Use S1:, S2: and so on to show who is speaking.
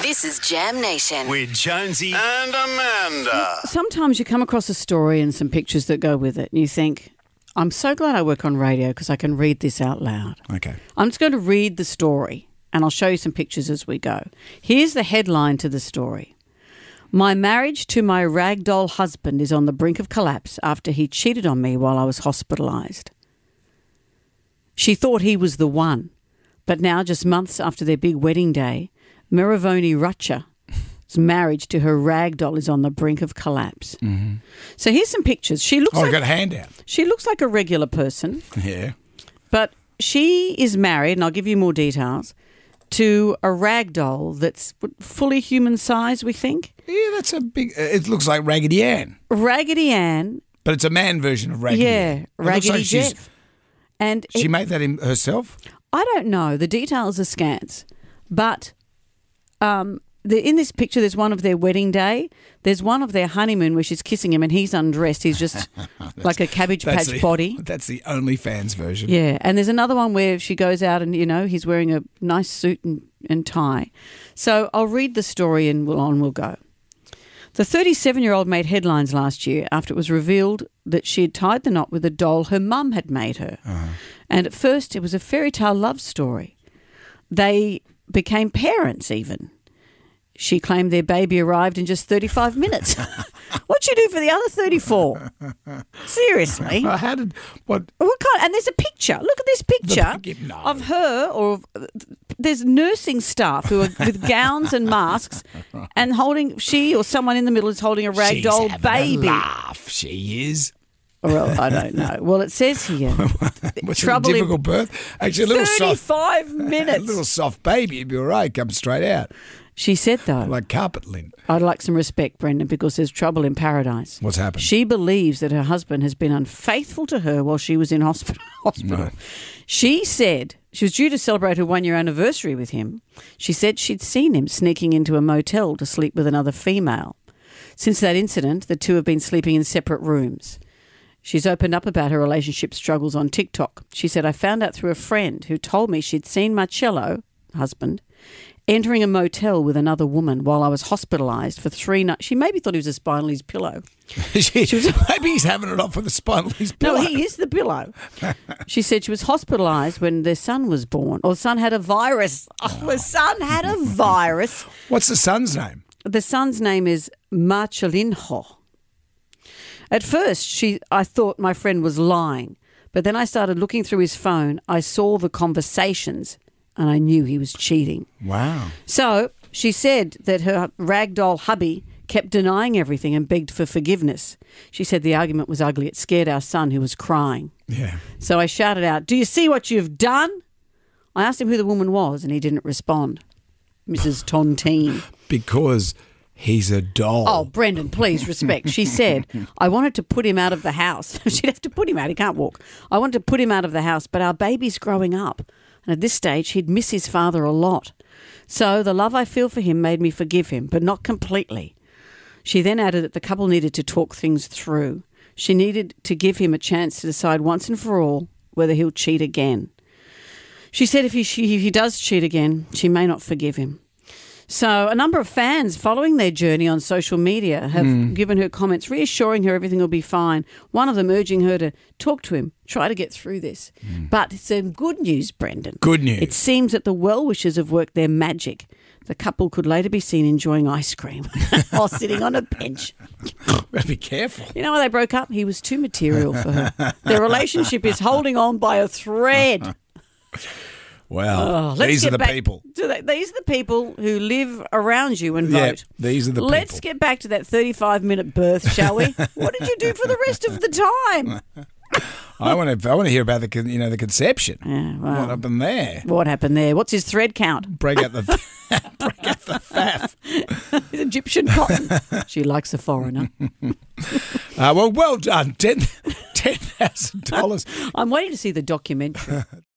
S1: This is Jam Nation.
S2: with Jonesy.
S3: Uh,
S4: and Amanda.
S5: Sometimes you come across a story and some pictures that go with it, and you think, I'm so glad I work on radio because I can read this out loud.
S2: Okay.
S5: I'm just going to read the story and I'll show you some pictures as we go. Here's the headline to the story My marriage to my ragdoll husband is on the brink of collapse after he cheated on me while I was hospitalized. She thought he was the one, but now, just months after their big wedding day, Miravoni Rutcher's marriage to her ragdoll is on the brink of collapse. So here's some pictures. She looks
S3: Mm-hmm. Oh, I
S5: like
S3: got a handout.
S5: she looks like a regular person.
S3: Yeah.
S5: But she is married, and I'll give you more details, to a rag doll that's fully human size, we think.
S3: Yeah, that's a big. uh, It looks like Raggedy Ann,
S5: Raggedy Ann.
S3: but it's a man version of Raggedy. Ann.
S5: Yeah,
S3: It looks
S5: Raggedy
S3: like she's-
S5: Jeff. And
S3: She
S5: it-
S3: made that in herself.
S5: I don't know, the details are scant, but um, the, in this picture, there's one of their wedding day, there's one of their honeymoon where she's kissing him and he's undressed. He's just like a cabbage patch
S3: the,
S5: body.
S3: That's the OnlyFans version.
S5: Yeah, and there's another one where she goes out and you know he's wearing a nice suit and, and tie. So I'll read the story and we'll, on we'll go. The 37-year-old made headlines last year after it was revealed that she had tied the knot with a doll her mum had made her, and at first it was a fairy tale love story. They became parents even. She claimed their baby arrived in just 35 minutes. What'd you do for the other 34? Seriously.
S3: Uh, How did what?
S5: What kind? And there's a picture. Look at this picture
S3: pic- no.
S5: of her, or of, there's nursing staff who are with gowns and masks, and holding she or someone in the middle is holding a
S3: She's
S5: ragdoll
S3: having a
S5: baby.
S3: laugh. She is.
S5: Or else- I don't know. Well, it says here,
S3: What's a
S5: Trouble in-
S3: difficult birth? Actually, a little soft.
S5: thirty-five
S3: A
S5: minutes.
S3: little soft baby, it'd be all right. Come straight out
S5: She said though,
S3: like carpet lint.
S5: I'd like some respect, Brendan, because there's trouble in paradise.
S3: What's happened?
S5: She believes that her husband has been unfaithful to her while she was in hospital. hospital. She said she was due to celebrate her one year anniversary with him. She said she'd seen him sneaking into a motel to sleep with another female. Since that incident, the two have been sleeping in separate rooms. She's opened up about her relationship struggles on TikTok. She said, I found out through a friend who told me she'd seen my cello, husband, entering a motel with another woman while I was hospitalized for three nights. She maybe thought he was a spine on his pillow.
S3: she, maybe he's having it off with a spinal
S5: No, he is the pillow. she said she was hospitalized when their son was born, or the son had a virus. Oh, the son had a virus.
S3: What's the son's name?
S5: The son's name is Marcelinho. At first, she, I thought my friend was lying, but then I started looking through his phone. I saw the conversations, and I knew he was cheating.
S3: Wow.
S5: So she said that her ragdoll hubby kept denying everything and begged for forgiveness. She said the argument was ugly. It scared our son, who was crying.
S3: Yeah.
S5: So I shouted out, Do you see what you've done? I asked him who the woman was, and he didn't respond. Mrs. Tontine.
S3: Because he's a doll.
S5: Oh, Brendan, please respect. She said, I wanted to put him out of the house. She'd have to put him out. He can't walk. I wanted to put him out of the house, but our baby's growing up. And at this stage, he'd miss his father a lot. So the love I feel for him made me forgive him, but not completely. She then added that the couple needed to talk things through. She needed to give him a chance to decide once and for all whether he'll cheat again. She said if he, she, if he does cheat again, she may not forgive him. So, a number of fans following their journey on social media have
S3: Hmm.
S5: given her comments, reassuring her everything will be fine. One of them urging her to talk to him, try to get through this. But it's some good news, Brendan.
S3: Hmm. Good news.
S5: It seems that the well wishers have worked their magic. The couple could later be seen enjoying ice cream while sitting on a bench. Oh.
S3: Well, be careful.
S5: You know why they broke up? He was too material for her. Their relationship is holding on by a thread.
S3: Well,
S5: Oh, let's
S3: these are
S5: get
S3: the
S5: back
S3: people.
S5: to that- these are the people who live around you and
S3: Yeah,
S5: vote.
S3: these are the
S5: Let's
S3: people.
S5: get back to that 35 minute birth, shall we? what did you do for the rest of the time?
S3: I want to. I want to hear about the con- you know the conception.
S5: Yeah, well,
S3: What happened there?
S5: what happened there? What's his thread count?
S3: Break out the break out the faff.
S5: His Egyptian cotton. she likes a foreigner.
S3: Uh, well, well done. Ten ten thousand dollars.
S5: I'm waiting to see the documentary.